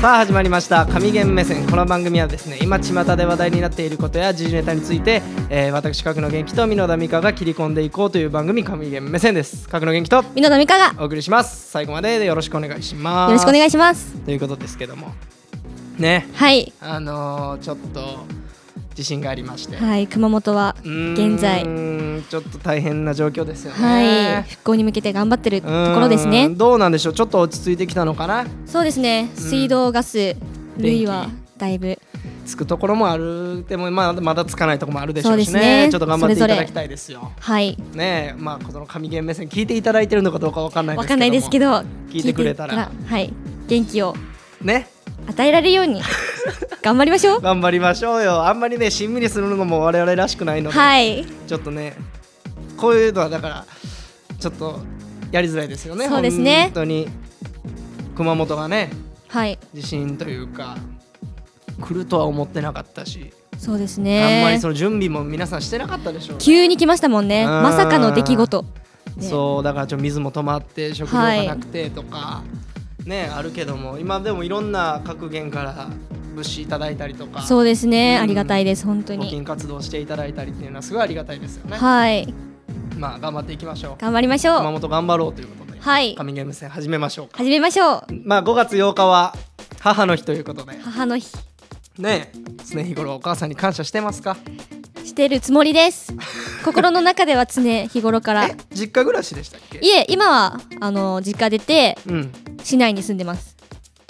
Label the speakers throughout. Speaker 1: さあ始まりました神言目線この番組はですね今巷で話題になっていることや時事ネタについて、えー、私角野元気と美濃田美香が切り込んでいこうという番組神言目線です角野元気と
Speaker 2: 美濃田美香が
Speaker 1: お送りします最後までよろしくお願いします
Speaker 2: よろしくお願いします
Speaker 1: ということですけどもね
Speaker 2: はい
Speaker 1: あのー、ちょっと地震がありまして、
Speaker 2: はい熊本は
Speaker 1: うーん
Speaker 2: 現在
Speaker 1: ちょっと大変な状況ですよね
Speaker 2: はい復興に向けて頑張ってると
Speaker 1: うーん
Speaker 2: ころですね
Speaker 1: どうなんでしょうちょっと落ち着いてきたのかな
Speaker 2: そうですね水道ガス類はだいぶ
Speaker 1: つくところもあるでもまあまだつかないところもあるでしょうし
Speaker 2: そうで
Speaker 1: ね
Speaker 2: すね
Speaker 1: ちょっと頑張っていただきたいですよ
Speaker 2: はい
Speaker 1: ねえまあこの神言目線聞いていただいてるのかどうかわかんないですけど
Speaker 2: わかんないですけ
Speaker 1: ど
Speaker 2: ど
Speaker 1: 聞いてくれたら
Speaker 2: 聞いてはい元気を
Speaker 1: ね
Speaker 2: 与えられるよ うに頑張りましょう
Speaker 1: 頑張りましょうよあんまりねしんみりするのも我々らしくないので、
Speaker 2: はい
Speaker 1: ちょっとねこういうのはだからちょっとやりづらいですよね
Speaker 2: そうですね
Speaker 1: 本当に熊本がね
Speaker 2: はい
Speaker 1: 地震というか来るとは思ってなかったし、
Speaker 2: そうです
Speaker 1: あんまり
Speaker 2: ね
Speaker 1: その準備も皆さんしてなかったでしょうね、
Speaker 2: 急に来ましたもんね
Speaker 1: うん
Speaker 2: まさかの出来事ね
Speaker 1: そうだからちょっと水も止まって食料がなくてとか、ねあるけども今でもいろんな各源から物資いただいたりとか
Speaker 2: そうですね
Speaker 1: うん
Speaker 2: ありがたいです本当
Speaker 1: 募
Speaker 2: に
Speaker 1: 金活動していただいたりっていうのはすごいありがたいですよね、
Speaker 2: はい
Speaker 1: まあ頑張っていきましょう
Speaker 2: 頑張りまし
Speaker 1: 熊
Speaker 2: ょう
Speaker 1: 本頑張ろうということで、
Speaker 2: はい
Speaker 1: 神ゲーム戦始めましょうか
Speaker 2: 始めましょう
Speaker 1: まあ5月8日は母の日ということで
Speaker 2: 母の日
Speaker 1: ね常日頃お母さんに感謝してますか
Speaker 2: してるつも りです。心の中では常日頃から。
Speaker 1: え
Speaker 2: い
Speaker 1: 実家暮らしでしたっけ
Speaker 2: え、今はあの実家出て
Speaker 1: うん
Speaker 2: 市内に住んでます。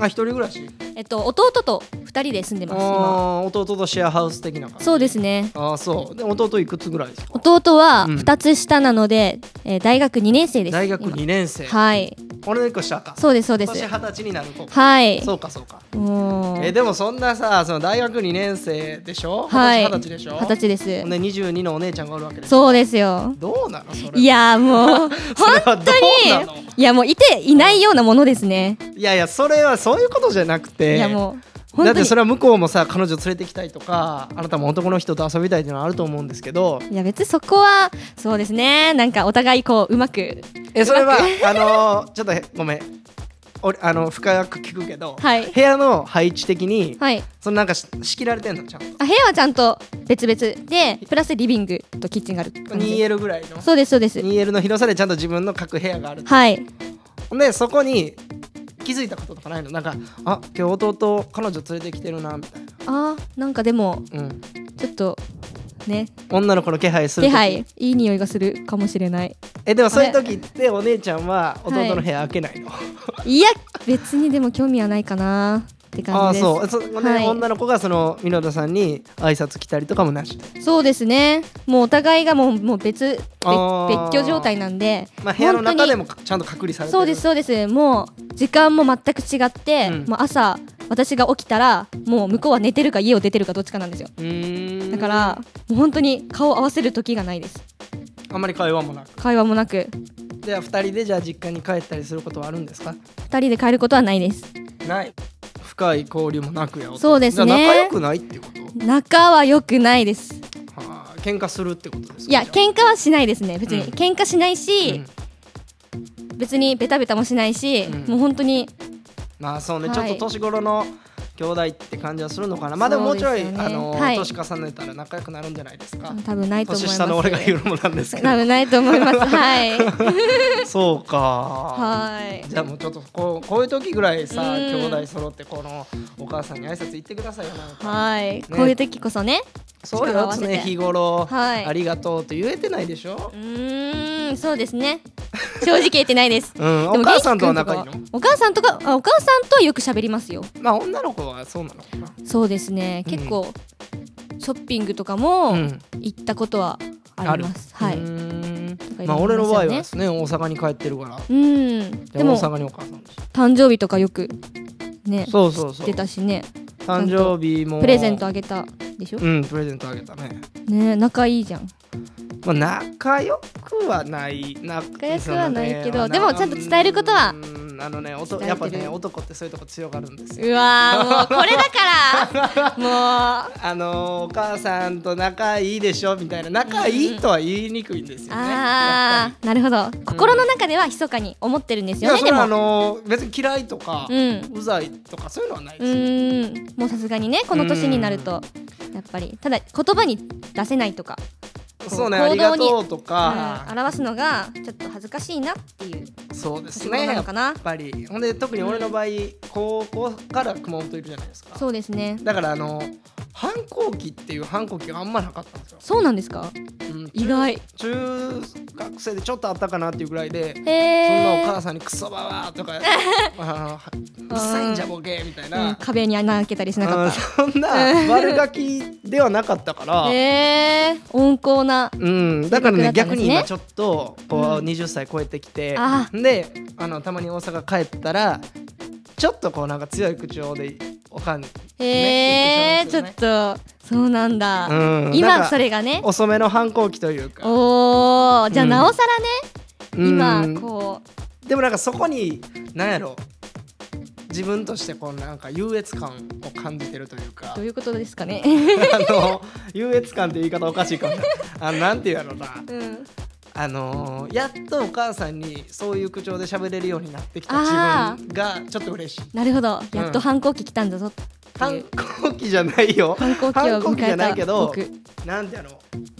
Speaker 1: あ一人暮らし
Speaker 2: えっと弟と二人で住んでます。今
Speaker 1: あー弟とシェアハウス的な感じ
Speaker 2: そうですね。
Speaker 1: ああそうで弟いくつぐらいですか
Speaker 2: 弟は
Speaker 1: うん
Speaker 2: 二つ下なので、えー大学二年生です。
Speaker 1: 大学
Speaker 2: 今
Speaker 1: 2年生
Speaker 2: はい。
Speaker 1: 俺の一個下か
Speaker 2: そうですそうで
Speaker 1: 今年
Speaker 2: す。
Speaker 1: 二十歳になる子か
Speaker 2: はい。
Speaker 1: そうかそうか
Speaker 2: もう
Speaker 1: えでもそんなさその大学2年生でしょ
Speaker 2: はい。
Speaker 1: 今年二十歳でしょ
Speaker 2: 二十歳です
Speaker 1: ほん。で22のお姉ちゃんがおるわけでしょ
Speaker 2: そうですよ。
Speaker 1: どうなのそれ
Speaker 2: いやーもう
Speaker 1: それはど
Speaker 2: 本当
Speaker 1: うなの
Speaker 2: にいやもういていないようなものですね。
Speaker 1: いやいやそれはそういうことじゃなくて
Speaker 2: いやもう
Speaker 1: だっ
Speaker 2: 本当
Speaker 1: て
Speaker 2: に
Speaker 1: それは向こうもさ彼女連れてきたいとかあなたも男の人と遊びたいっていうのはあると思うんですけど
Speaker 2: いや別にそこはそうですねなんかお互いこううまく
Speaker 1: えそれはあのーちょっとへごめんおあの深く聞くけど、
Speaker 2: はい
Speaker 1: 部屋の配置的に、
Speaker 2: はい
Speaker 1: そのなんかし仕切られてんのちゃんと
Speaker 2: あ部屋はちゃんと別々でプラスリビングとキッチンがある感じ
Speaker 1: 2L ぐらいの
Speaker 2: そうですそうです
Speaker 1: 2L の広さでちゃんと自分の各部屋がある
Speaker 2: はい
Speaker 1: でそこに気づいたこととかないのなんかあ今日弟彼女連れてきてるなみたい
Speaker 2: あーなんかでも
Speaker 1: な、うん、
Speaker 2: ちょっとね
Speaker 1: 女の子の気配する
Speaker 2: 気
Speaker 1: 時
Speaker 2: 配いい匂いがするかもしれない
Speaker 1: えでもそういう
Speaker 2: あ
Speaker 1: 時ってお姉ちゃんは弟の部屋開けないの、
Speaker 2: いや別にでも興味はないかなって
Speaker 1: あ
Speaker 2: 感
Speaker 1: あ
Speaker 2: じです
Speaker 1: そうそ、ね
Speaker 2: はい
Speaker 1: 女の子がそのミノダさんに挨拶来たりとかもなしで、
Speaker 2: そうですねもうお互いがもうもう別別
Speaker 1: あー
Speaker 2: 別居状態なんで
Speaker 1: まあ、部屋の
Speaker 2: 本当
Speaker 1: 中
Speaker 2: に
Speaker 1: でもかちゃんと隔離されてる
Speaker 2: そうですそうですもう時間も全く違って、
Speaker 1: うん
Speaker 2: もう朝私が起きたらもう向こうは寝てるか家を出てるかどっちかなんですよ
Speaker 1: うーん
Speaker 2: だからもう本当に顔を合わせる時がないです
Speaker 1: あんまり会話もなく
Speaker 2: 会話もなく
Speaker 1: では2人でじゃあ実家に帰ったりすることはあるんですか
Speaker 2: 2人で帰ることはないです
Speaker 1: ない深い交流もなくや弟
Speaker 2: そうですね
Speaker 1: じゃあ仲良くないってこと
Speaker 2: 仲は良くないです
Speaker 1: はあ喧嘩するってことですか
Speaker 2: いや
Speaker 1: じゃ
Speaker 2: 喧嘩はしないですね別に、
Speaker 1: うん
Speaker 2: 喧嘩しない
Speaker 1: あ
Speaker 2: し、別にベタベタもしないし、
Speaker 1: うん
Speaker 2: もう本当に
Speaker 1: まあそうね、
Speaker 2: はい
Speaker 1: ちょっと年頃の兄弟って感じはするのかなまあでもも
Speaker 2: そううで
Speaker 1: ちょ
Speaker 2: すよ
Speaker 1: い、
Speaker 2: ね
Speaker 1: あの、
Speaker 2: はい
Speaker 1: 年重ねたら仲良くなるんじゃないですか
Speaker 2: 多分ないと思い
Speaker 1: 年
Speaker 2: ます
Speaker 1: 下の俺が言うのもなんですけど
Speaker 2: 多分ないと思いますはい
Speaker 1: そうか
Speaker 2: はい
Speaker 1: じゃあもうちょっとこうこういう時ぐらいさ
Speaker 2: うん
Speaker 1: 兄弟揃ってこのお母さんに挨拶行ってくださいよなんか
Speaker 2: はい、こういう時こそね
Speaker 1: そう
Speaker 2: 力を合
Speaker 1: よ
Speaker 2: わせ
Speaker 1: 常
Speaker 2: て
Speaker 1: 日頃、
Speaker 2: はい
Speaker 1: ありがとうって言えてないでしょ
Speaker 2: う、ーんそうですね正直言ってないです
Speaker 1: うん、
Speaker 2: で
Speaker 1: お
Speaker 2: も
Speaker 1: 母さんとは仲いい
Speaker 2: 元気
Speaker 1: の
Speaker 2: くんとかお母さんとかあお母さんとはよく喋りますよ
Speaker 1: まあ女の子はそうなのかな
Speaker 2: そうですね
Speaker 1: うん
Speaker 2: 結構、ショッピングとかも
Speaker 1: うん
Speaker 2: 行ったことはあります、は
Speaker 1: う
Speaker 2: い
Speaker 1: ーん
Speaker 2: とかいろいろ
Speaker 1: まあ俺の場合は
Speaker 2: あり
Speaker 1: で
Speaker 2: ます
Speaker 1: ね大阪に帰ってるから
Speaker 2: うん
Speaker 1: で
Speaker 2: で
Speaker 1: も
Speaker 2: も
Speaker 1: 大阪にお母さんです
Speaker 2: 誕生日とかよくね
Speaker 1: そうそうそう
Speaker 2: 出たしね
Speaker 1: 誕生日も
Speaker 2: プレゼントあげたでしょ
Speaker 1: うんプレゼントあげたね
Speaker 2: ね仲いいじゃん
Speaker 1: まあ仲良くはない仲
Speaker 2: 良くはないけどでもちゃんと伝えることは
Speaker 1: うんあのねおと
Speaker 2: 鍛えてる
Speaker 1: やっぱね男ってそういうとこ強がるんですよ
Speaker 2: うわーもうこれだ からもう
Speaker 1: あのお母さんと仲いいでしょみたいな仲いいとは言いにくいんですよね、やっぱ
Speaker 2: あーなるほど心の中では密かに思ってるんで
Speaker 1: り
Speaker 2: す
Speaker 1: い
Speaker 2: よ
Speaker 1: や
Speaker 2: ね
Speaker 1: それ
Speaker 2: で
Speaker 1: はあ
Speaker 2: も
Speaker 1: の別に嫌いとか、
Speaker 2: う
Speaker 1: うんざいとかそういうのはないで
Speaker 2: う
Speaker 1: すよ、
Speaker 2: ーんもうさすがにねこの年になるとやっぱりただ言葉に出せないとか
Speaker 1: そうね
Speaker 2: こう
Speaker 1: ありが
Speaker 2: 行動
Speaker 1: とうとか、
Speaker 2: うん表すのがちょっと恥ずかしいなっていう
Speaker 1: そうです
Speaker 2: 立場
Speaker 1: ね
Speaker 2: な
Speaker 1: や
Speaker 2: の
Speaker 1: っ
Speaker 2: かな、
Speaker 1: ぱりほんで特に俺の場合、高校から熊本いるじゃないですか
Speaker 2: そうですね
Speaker 1: だからあの反抗期っていう反抗期があんまなかったんですよ、
Speaker 2: そうなんですか
Speaker 1: うん
Speaker 2: 意外
Speaker 1: 中学生でちょっとあったかなっていうぐらいで、
Speaker 2: へ
Speaker 1: そんなお
Speaker 2: え
Speaker 1: 母さんにクソババアとか あのうっさいんじゃボケみたいな、
Speaker 2: うん、壁に穴開けたりしなか
Speaker 1: う
Speaker 2: っ
Speaker 1: んそんな悪ガキではなかったから、
Speaker 2: たへえ温厚な
Speaker 1: うん、だからね
Speaker 2: 性格だ
Speaker 1: 逆
Speaker 2: ったんですね
Speaker 1: に今ちょっとこう
Speaker 2: うん
Speaker 1: 20歳超えてきて、
Speaker 2: あ
Speaker 1: であのたまに大阪帰ったらちょっとこうなんか強い口調でおかんに、
Speaker 2: へえ、
Speaker 1: ね
Speaker 2: ちょっとそうなんだ、
Speaker 1: うんだか
Speaker 2: 今
Speaker 1: ら
Speaker 2: それがね
Speaker 1: 遅めの反抗期というか
Speaker 2: おーじゃあ
Speaker 1: うん
Speaker 2: なおさらね、
Speaker 1: うん
Speaker 2: 今こう
Speaker 1: でもなんかそこに何やろ自分としてこうなんか優越感を感じてるというか
Speaker 2: どういうことですかね、
Speaker 1: あの優越感って言い方おかしいかもねあのなんていうやろうな
Speaker 2: うん、
Speaker 1: あのーやっとお母さんにそういう口調で喋れるようになってきた自分がちょっと嬉しい
Speaker 2: なるほどやっと反抗期来たんだぞってい
Speaker 1: 反
Speaker 2: う、
Speaker 1: 抗期じゃないよ
Speaker 2: 反抗期を
Speaker 1: 反抗
Speaker 2: 迎
Speaker 1: 期じゃ
Speaker 2: え
Speaker 1: ない
Speaker 2: た
Speaker 1: けど
Speaker 2: 僕
Speaker 1: なんてやろう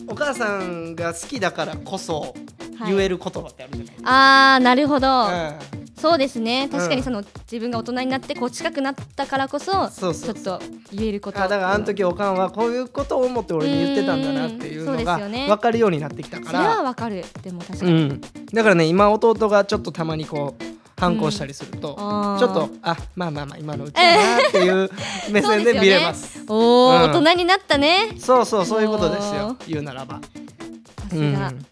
Speaker 1: お母さんが好きだからこそ
Speaker 2: はい
Speaker 1: 言える言葉ってあるじゃない
Speaker 2: あーなるほど、
Speaker 1: うん
Speaker 2: そうですね確かにその、自分が大人になってこう近くなったからこそ
Speaker 1: そうそうそう
Speaker 2: ちょっと言えること
Speaker 1: あだからあの時おかんはこういうことを思って俺に言ってたんだなっていうの
Speaker 2: うんそう
Speaker 1: が
Speaker 2: ですよね
Speaker 1: 分かるようになってきたか
Speaker 2: それは
Speaker 1: ら
Speaker 2: わかるでも確か
Speaker 1: う
Speaker 2: に、
Speaker 1: んだからね今弟がちょっとたまにこう反抗したりするとち
Speaker 2: うん
Speaker 1: ょ
Speaker 2: あー
Speaker 1: っとあまあまあまあ今のうちだなっていう目
Speaker 2: そう
Speaker 1: 線
Speaker 2: です
Speaker 1: で
Speaker 2: よね
Speaker 1: 見れます
Speaker 2: おー、
Speaker 1: うん
Speaker 2: 大人になったね
Speaker 1: そうそうそういうことです
Speaker 2: お
Speaker 1: よ
Speaker 2: ー
Speaker 1: 言うならば
Speaker 2: さ
Speaker 1: う
Speaker 2: すが、
Speaker 1: ん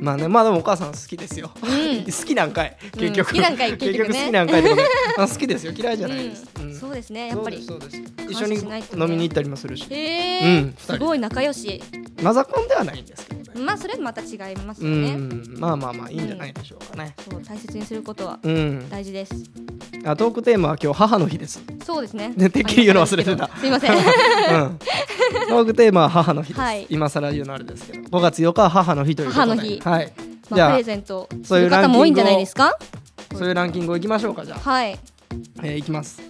Speaker 1: まあねまあでもお母さん好きですよ
Speaker 2: ん
Speaker 1: 好きなんかい結局
Speaker 2: 好きなんかい 結
Speaker 1: 結
Speaker 2: 局
Speaker 1: 局
Speaker 2: ね
Speaker 1: 好きなんかい ってことあ好きですよ嫌いじゃないです
Speaker 2: う、
Speaker 1: うんん
Speaker 2: そうですねやっぱり
Speaker 1: そうですそうです
Speaker 2: 感
Speaker 1: 一
Speaker 2: 謝
Speaker 1: 緒に
Speaker 2: しないとね
Speaker 1: 飲みに行ったりもするし
Speaker 2: へえ、
Speaker 1: うん二人
Speaker 2: すごい仲良し
Speaker 1: マザコンではないんですけどね
Speaker 2: まあそれまた違います
Speaker 1: う
Speaker 2: よね、
Speaker 1: ん、まあまあまあいいんじゃないでしょうかね。
Speaker 2: そう大切にすることは
Speaker 1: うん、
Speaker 2: 大事です、
Speaker 1: あトークテーマは今日母の日です。
Speaker 2: そうですね
Speaker 1: ねてっきり言うの忘れてた
Speaker 2: すいま せん
Speaker 1: うん、トークテーマは母の日です。
Speaker 2: はい
Speaker 1: 今更言うのあれですけど、5月4日は母の日ということで、
Speaker 2: 母の日
Speaker 1: はい。じゃ
Speaker 2: まあ、プ
Speaker 1: あ
Speaker 2: レゼントす
Speaker 1: そういう
Speaker 2: る
Speaker 1: ランキ
Speaker 2: 方
Speaker 1: ング
Speaker 2: も
Speaker 1: を
Speaker 2: 多いんじゃないですか
Speaker 1: そういうランキングをいきましょうかじゃあ、
Speaker 2: はい
Speaker 1: えーいきます。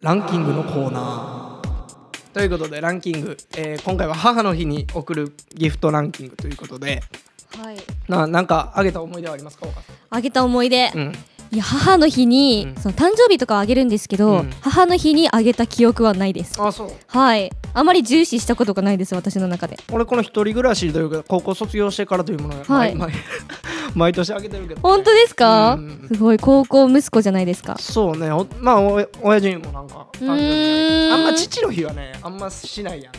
Speaker 1: ランキングのコーナー。ということでランキング、えー今回は母の日に贈るギフトランキングということで、
Speaker 2: はい
Speaker 1: ななんかあげた思い出はありますか？お母さ
Speaker 2: あげた思い出、
Speaker 1: んうん。
Speaker 2: いや母の日に、
Speaker 1: うん
Speaker 2: その誕生日とかはあげるんですけ
Speaker 1: う
Speaker 2: ど、
Speaker 1: ん
Speaker 2: 母の日にあげた記憶はないです
Speaker 1: あ、そう。
Speaker 2: はいあまり重視したことがないです私の中で
Speaker 1: 俺この一人暮らしというか高校卒業してからというものが
Speaker 2: はい
Speaker 1: 毎,、毎 毎年あげてるけどね、
Speaker 2: 本当ですか、
Speaker 1: うん
Speaker 2: すごい高校息子じゃないですか
Speaker 1: そうねおまあお親父にもなんか誕生
Speaker 2: うー
Speaker 1: 日
Speaker 2: ん
Speaker 1: あんま父の日はねあんましないやん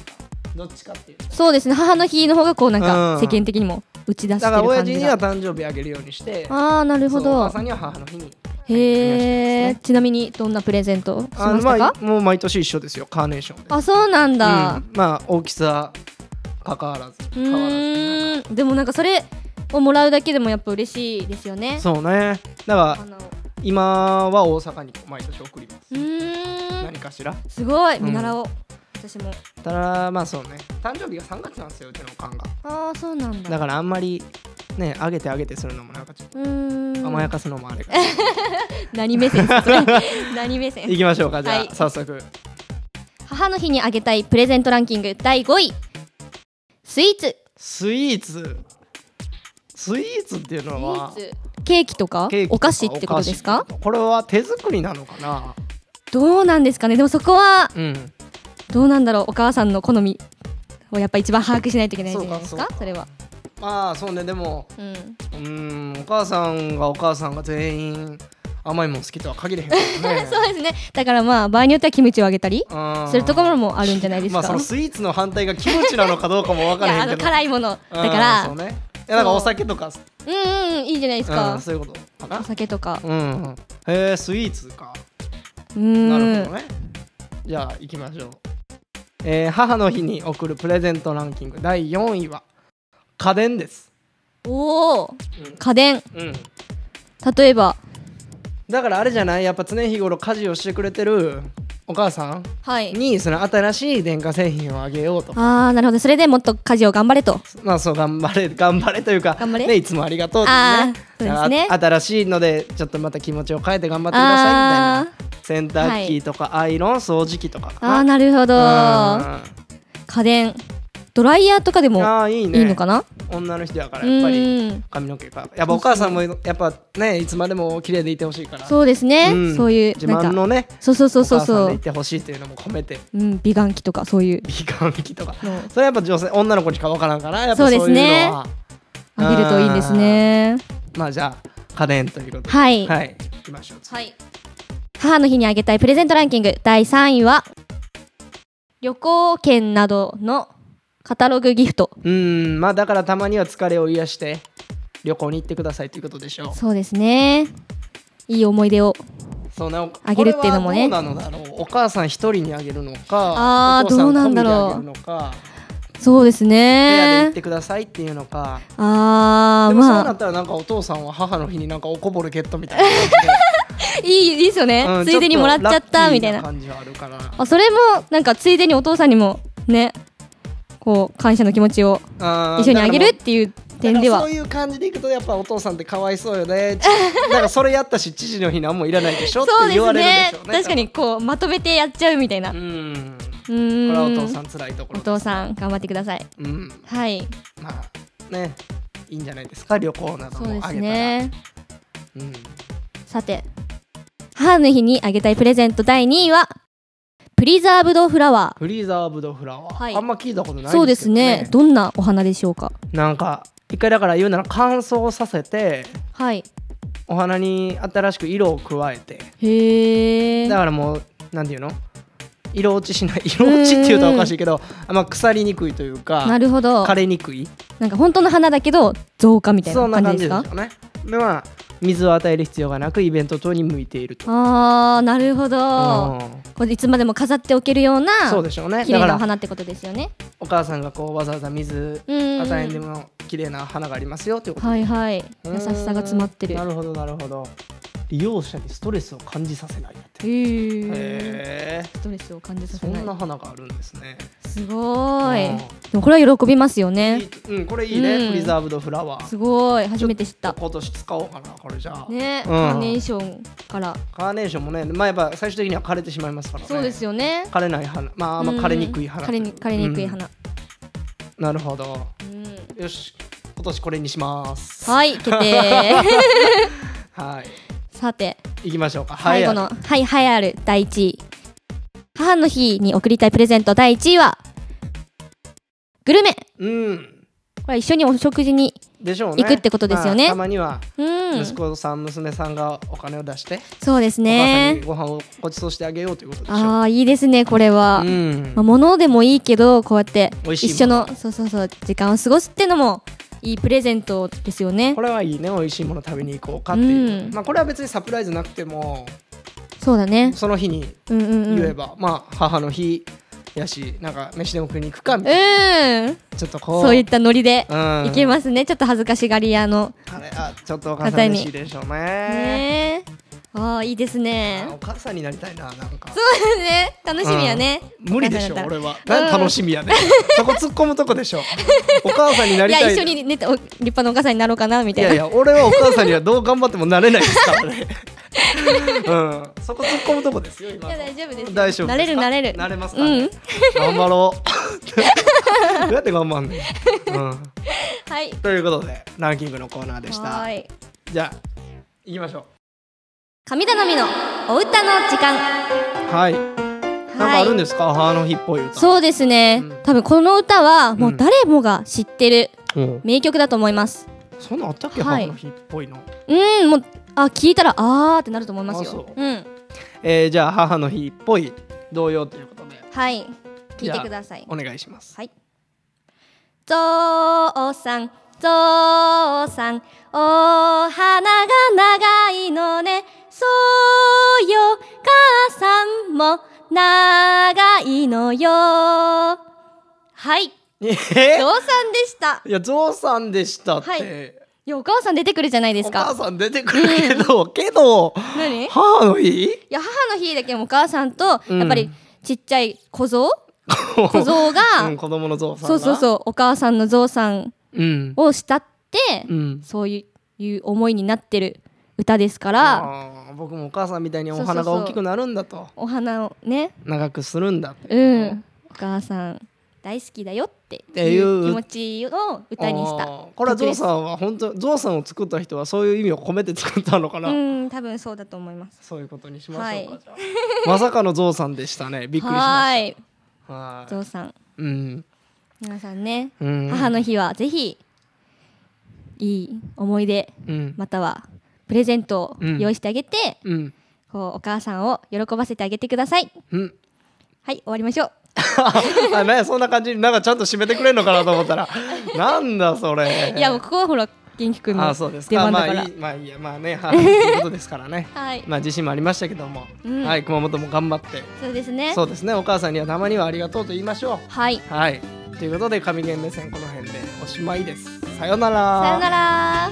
Speaker 1: どっちかっていうと
Speaker 2: そうですね母の日の方がこうなん
Speaker 1: う
Speaker 2: か
Speaker 1: ん
Speaker 2: 世間的にも打ち出して
Speaker 1: だ
Speaker 2: る
Speaker 1: から親
Speaker 2: 感
Speaker 1: 父
Speaker 2: じ
Speaker 1: には
Speaker 2: が
Speaker 1: 誕生日あげるようにしてな
Speaker 2: ああなるほ
Speaker 1: お
Speaker 2: ど
Speaker 1: 母さんには母の日に
Speaker 2: へえちなみにどんなプレゼントをし
Speaker 1: あ
Speaker 2: ました
Speaker 1: ま
Speaker 2: か
Speaker 1: あもう毎年一緒ですよカーネーションで
Speaker 2: あそうなんだ
Speaker 1: うんまあ大きさかかわらず
Speaker 2: う
Speaker 1: 変わらずね
Speaker 2: ーんでもなんかそれをもらうだけでもやっぱ嬉しいですよね
Speaker 1: そうねだから
Speaker 2: 花を
Speaker 1: 今は大阪に毎年送ります
Speaker 2: うーん
Speaker 1: 何かしら
Speaker 2: すごい
Speaker 1: うん
Speaker 2: 見習おう私も
Speaker 1: ただまあそうね誕生日が3月なんですようちのおかんが
Speaker 2: ああそうなん
Speaker 1: だ
Speaker 2: だ
Speaker 1: からあんまりねあげてあげてするのもなんかちょっ
Speaker 2: うー
Speaker 1: と
Speaker 2: ん
Speaker 1: 甘やかすのもあれ か、ら
Speaker 2: 何目 線それ何目線
Speaker 1: いきましょうかじゃあ、
Speaker 2: はい
Speaker 1: 早速
Speaker 2: 母の日にあげたいプレゼントランキング第5位スイーツ
Speaker 1: スイーツスイーツっていうのは
Speaker 2: ケーキとか
Speaker 1: ケーキと
Speaker 2: お菓子ってことです
Speaker 1: お
Speaker 2: か
Speaker 1: 菓子これは手作りなのかな
Speaker 2: どうなんですかねでもそこは
Speaker 1: うん
Speaker 2: どうなんだろうお母さんの好みをやっぱ一番把握しないといけないんじゃないです
Speaker 1: そう
Speaker 2: か
Speaker 1: かそうか
Speaker 2: それは、
Speaker 1: まあそうねでも
Speaker 2: うん、
Speaker 1: うーんお母さんがお母さんが全員甘いもん好きとは限れへんからね
Speaker 2: そうですねだからまあ場合によってはキムチをあげたり
Speaker 1: うん
Speaker 2: するところもあるんじゃないです
Speaker 1: ま
Speaker 2: か、
Speaker 1: あそのスイーツの反対がキムチなのかどうかも分か
Speaker 2: い
Speaker 1: ら
Speaker 2: や
Speaker 1: へ
Speaker 2: あ
Speaker 1: んけ
Speaker 2: の
Speaker 1: ど
Speaker 2: 辛いものだから
Speaker 1: う
Speaker 2: うんん
Speaker 1: そうねいやだからお酒とか
Speaker 2: うんうんいいじゃないです
Speaker 1: う
Speaker 2: か
Speaker 1: ん、そういうことかな
Speaker 2: お酒とか
Speaker 1: うんうんへえスイーツか、
Speaker 2: うん
Speaker 1: なるほどねじゃあ行きましょう、えー母の日に贈るプレゼントランキング第4位は家電です
Speaker 2: おお
Speaker 1: うん
Speaker 2: 家電
Speaker 1: うん
Speaker 2: 例えば
Speaker 1: だからあれじゃないやっぱ常日頃家事をしてくれてるお母さん
Speaker 2: はい
Speaker 1: にその新しい電化製品をあげようと
Speaker 2: ああなるほどそれでもっと家事を頑張れと
Speaker 1: まあそう頑張れ頑張れというか
Speaker 2: 頑張れ
Speaker 1: ね、いつもありがとうって
Speaker 2: あ
Speaker 1: ね
Speaker 2: ーそうですね
Speaker 1: あ新しいのでちょっとまた気持ちを変えて頑張ってくださいみたいな洗濯機とかアイロン、掃除機とかか
Speaker 2: ああなるほど
Speaker 1: あ
Speaker 2: 家電ドライヤーとかでも
Speaker 1: あーいいね
Speaker 2: いいのかな
Speaker 1: 女の人やから
Speaker 2: う
Speaker 1: やっぱり
Speaker 2: ん
Speaker 1: 髪の毛かやっぱお母さんもやっぱねいつまでも綺麗でいてほしいから
Speaker 2: そうですね、
Speaker 1: うん
Speaker 2: そういう
Speaker 1: 自
Speaker 2: な
Speaker 1: 慢
Speaker 2: んか
Speaker 1: のね
Speaker 2: そうそうそうそ
Speaker 1: お
Speaker 2: う
Speaker 1: 母さん
Speaker 2: そ
Speaker 1: でいうてほしいというのも込めて
Speaker 2: うん美顔器とかそういう
Speaker 1: 美顔器とか
Speaker 2: の
Speaker 1: それやっぱ女性女の子にしかわからんからやっぱ
Speaker 2: そう
Speaker 1: そうい
Speaker 2: で
Speaker 1: う
Speaker 2: す
Speaker 1: の
Speaker 2: ね
Speaker 1: は
Speaker 2: あげるといいですね
Speaker 1: まあじゃあ家電ということでは
Speaker 2: はい
Speaker 1: はい行きましょう
Speaker 2: はい母の日にあげたいプレゼントランキング第3位は旅行券などのカタログギフト
Speaker 1: うんまあだからたまには疲れを癒して旅行に行ってくださいということでしょ
Speaker 2: そうですねいい思い出を
Speaker 1: うそうなお
Speaker 2: あげるっていうのもね
Speaker 1: これはどうなのだろうお母さん一人にあげるのか
Speaker 2: あー
Speaker 1: お父さ
Speaker 2: どうなんだろう
Speaker 1: 込みであげるのか
Speaker 2: そうです
Speaker 1: 部屋で行っ
Speaker 2: ね
Speaker 1: てくださいっていうのか
Speaker 2: あ
Speaker 1: で
Speaker 2: ー
Speaker 1: もそう
Speaker 2: ま
Speaker 1: な
Speaker 2: あ
Speaker 1: ったらなんかお父さんは母の日になんかおこぼれゲットみたいな感じ
Speaker 2: いいいいですよね、
Speaker 1: で、うん
Speaker 2: ついでにもらっちゃったみたい
Speaker 1: ちょっとラッキー感
Speaker 2: な
Speaker 1: じはあるから
Speaker 2: あそれもなんかついでにお父さんにもねこう感謝の気持ちを
Speaker 1: あー
Speaker 2: 一緒にあげるっていう点で
Speaker 1: だから
Speaker 2: は
Speaker 1: そういう感じでいくとやっぱお父さんってかわいそうよね ちだからそれやったし知事の日なんもいらないでしょって
Speaker 2: そうで
Speaker 1: 言
Speaker 2: す
Speaker 1: われる
Speaker 2: ね
Speaker 1: でしょうね
Speaker 2: 確かにこうまとめてやっちゃうみたい
Speaker 1: 多
Speaker 2: なう
Speaker 1: 分うんこれはお
Speaker 2: ーん
Speaker 1: 父さん辛いとこ
Speaker 2: お
Speaker 1: ろ
Speaker 2: 父さん頑張ってください
Speaker 1: うん
Speaker 2: はい
Speaker 1: まあねいいんじゃないですか旅行など
Speaker 2: そう
Speaker 1: もあげ
Speaker 2: で
Speaker 1: た
Speaker 2: す
Speaker 1: ら
Speaker 2: ね
Speaker 1: うん
Speaker 2: さて母の日にあげたいプレゼント第2位はプリザーブドフラワ
Speaker 1: フリーザーブドフラワー、
Speaker 2: はい
Speaker 1: あんま聞いたことないん
Speaker 2: ー、
Speaker 1: ですけど、ね、
Speaker 2: そうですねどんなお花でしょうか
Speaker 1: なんか一回だから言うなら乾燥させて
Speaker 2: はい
Speaker 1: お花に新しく色を加えて
Speaker 2: へえ
Speaker 1: だからもうなんていうの色落ちしない色落ちっていうとおかしいけどあんま腐りにくいというか
Speaker 2: なるほど
Speaker 1: 枯れにくい
Speaker 2: なんか本当の花だけど増加みたい
Speaker 1: そ
Speaker 2: なん
Speaker 1: な感
Speaker 2: 感じで
Speaker 1: じ
Speaker 2: す
Speaker 1: です
Speaker 2: か
Speaker 1: よねでまあ水を与える必要がなくイベント等に向いていると
Speaker 2: あーなるほど
Speaker 1: うん
Speaker 2: これいつまでも飾っておけるような
Speaker 1: そうでしょうね
Speaker 2: 綺
Speaker 1: だ
Speaker 2: 麗
Speaker 1: か
Speaker 2: なお
Speaker 1: ら
Speaker 2: 花ってことですよね
Speaker 1: お母さんがこうわざわざ水
Speaker 2: うん
Speaker 1: 与えんでも綺麗な花がありますよっていうこと
Speaker 2: はいはい
Speaker 1: うん
Speaker 2: 優しさが詰まってる
Speaker 1: なるほどなるほど利用者にストレスを感じさせないんだって
Speaker 2: へ
Speaker 1: へ
Speaker 2: え
Speaker 1: え
Speaker 2: ストレスを感じさせ
Speaker 1: そ
Speaker 2: ない
Speaker 1: んな花があるんですね
Speaker 2: すごー
Speaker 1: うん
Speaker 2: いでもこれは喜びますよね
Speaker 1: いいうんこれいいね
Speaker 2: うん
Speaker 1: プリザーブドフラワ
Speaker 2: す
Speaker 1: ー
Speaker 2: ごい初めて知った
Speaker 1: 今年使おうかなこれじゃあ
Speaker 2: ね、
Speaker 1: うん
Speaker 2: カーネーションから
Speaker 1: カーネーションもねまあやっぱ最終的には枯れてしまいますからね
Speaker 2: そうですよね
Speaker 1: 枯れない花まああんま枯れにくい花
Speaker 2: うん枯れに枯れにくい花、
Speaker 1: うんなるほど
Speaker 2: うん
Speaker 1: よし今年これにしますい
Speaker 2: はい決 定
Speaker 1: はい
Speaker 2: さて
Speaker 1: 行きましょうか
Speaker 2: 最後のはい栄えある第1位母の日に贈りたいプレゼント第1位はグルメ
Speaker 1: うん
Speaker 2: これは一緒にお食事に
Speaker 1: でしょうね
Speaker 2: 行くってことですよね
Speaker 1: まあたまには
Speaker 2: うん
Speaker 1: 息子さん娘さんがお金を出して
Speaker 2: そうです
Speaker 1: お母さん
Speaker 2: ね
Speaker 1: にご飯をご馳走してあげようということでしょう
Speaker 2: ああいいですねこれは、
Speaker 1: うん
Speaker 2: まあ、物でもいいけどこうやって
Speaker 1: 美味しい
Speaker 2: 一緒のそうそうそう時間を過ごすってのもいいプレゼントですよね
Speaker 1: これはいいね美味しいもの食べに行こうかっていう
Speaker 2: うん
Speaker 1: まあこれは別にサプライズなくても
Speaker 2: そうだね
Speaker 1: その日に
Speaker 2: うんうんうん
Speaker 1: 言えばまあ母の日やしなんか飯でも食いに行くかみたい
Speaker 2: うん
Speaker 1: なちょっとこう
Speaker 2: そういったノリで
Speaker 1: うん
Speaker 2: いけますね、ちょっと恥ずかしがり屋の
Speaker 1: あれあちょっとお母さん嬉しいでしょうね
Speaker 2: ねえああいいですね
Speaker 1: あお母さんになりたいななんか
Speaker 2: そうですね楽しみやね、
Speaker 1: 無理でしょ
Speaker 2: なかなか
Speaker 1: 俺は
Speaker 2: うん
Speaker 1: 楽しみや ねそこ突っ込むとこでしょお母さんになり
Speaker 2: い
Speaker 1: たい
Speaker 2: や一緒に寝てお立派なお母さんになろうかなみ
Speaker 1: い
Speaker 2: たいな
Speaker 1: やいや俺はお母さんにはどう頑張ってもなれないですから ねうんそこ突っ込むとこですよ今の
Speaker 2: いや大丈夫ですよ
Speaker 1: 大丈夫
Speaker 2: なれるなれる
Speaker 1: なれますかね、頑張ろう どうやって頑張んねん、うん、
Speaker 2: はい
Speaker 1: ということでランキングのコーナーでした
Speaker 2: はーい
Speaker 1: じゃあ行きましょ
Speaker 2: 神頼みのお歌の時間
Speaker 1: うはいなんかあるんですか母の日っぽい歌
Speaker 2: そうですね、
Speaker 1: うん
Speaker 2: 多分この歌はもううん誰もが知ってる
Speaker 1: うん
Speaker 2: 名曲だと思います
Speaker 1: そんなんあったっけ、
Speaker 2: はい
Speaker 1: 母の日っぽいの
Speaker 2: うんもうあ聞いたらあーってなると思います
Speaker 1: あ
Speaker 2: よ
Speaker 1: そう
Speaker 2: うん
Speaker 1: えー、じゃあ母の日っぽい童謡ということで
Speaker 2: はい聞い
Speaker 1: じゃ
Speaker 2: て
Speaker 1: あ
Speaker 2: ください
Speaker 1: お願いします
Speaker 2: はい。ぞうさん、ぞうさん、お花が長いのね。そうよ、母さんも長いのよ。はい、
Speaker 1: え
Speaker 2: ぞうさんでした。
Speaker 1: いやゾウさんでしたって、
Speaker 2: はいいやお母さん出てくるじゃないで
Speaker 1: お
Speaker 2: す
Speaker 1: 母
Speaker 2: か
Speaker 1: さん出てくるけど、けど
Speaker 2: 何い
Speaker 1: 母の日
Speaker 2: や母の日だけもお母さんとや
Speaker 1: うん
Speaker 2: っぱりちっちゃい小僧小僧が、
Speaker 1: うん、子供のゾウさん
Speaker 2: そうそう
Speaker 1: う
Speaker 2: そうお母さんのゾウさん
Speaker 1: うん
Speaker 2: を慕って、
Speaker 1: うん
Speaker 2: そういういう思いになってる歌ですから
Speaker 1: あー僕もお母さんみたいにお
Speaker 2: そうそ
Speaker 1: 花
Speaker 2: うそ
Speaker 1: が
Speaker 2: う
Speaker 1: 大きくなるんだと
Speaker 2: お花をね
Speaker 1: 長くするんだって
Speaker 2: う
Speaker 1: っ
Speaker 2: んお母さん大好きだよって
Speaker 1: ていう
Speaker 2: いう気持ちを歌にした
Speaker 1: これはゾウさんは本当ゾウさんを作った人はそういう意味を込めて作ったのかな、
Speaker 2: うん多分そうだと思います
Speaker 1: そういうことにしましょうか、
Speaker 2: はい
Speaker 1: じゃあまさかのゾウさんでした ねびっくりし
Speaker 2: は
Speaker 1: まし
Speaker 2: ーい
Speaker 1: たは
Speaker 2: ゾウさん
Speaker 1: いうん、
Speaker 2: 皆さんね、
Speaker 1: うん、
Speaker 2: 母の日はぜひいい思い出
Speaker 1: うん、
Speaker 2: またはプレゼントを
Speaker 1: うん
Speaker 2: 用意してあげて、
Speaker 1: うん
Speaker 2: こうお母さんを喜ばせてあげてください
Speaker 1: うん、
Speaker 2: はい終わりましょう
Speaker 1: あねそんな感じになんかちゃんと締めてくれるのかなと思 ったらなんだそれ
Speaker 2: いやもうここはほら元気くんの
Speaker 1: あそうですか
Speaker 2: 出番だか
Speaker 1: まあ
Speaker 2: ら
Speaker 1: いいまあいいやまあねはいということですからね
Speaker 2: はい、
Speaker 1: まあ自信もありましたけども、
Speaker 2: うん
Speaker 1: はい熊本も頑張って
Speaker 2: そうですね
Speaker 1: そうですねお母さんにはたまにはありがとうと言いましょ
Speaker 2: はいう
Speaker 1: はいということで神ゲ目線この辺でおしまいですさよう
Speaker 2: さよなら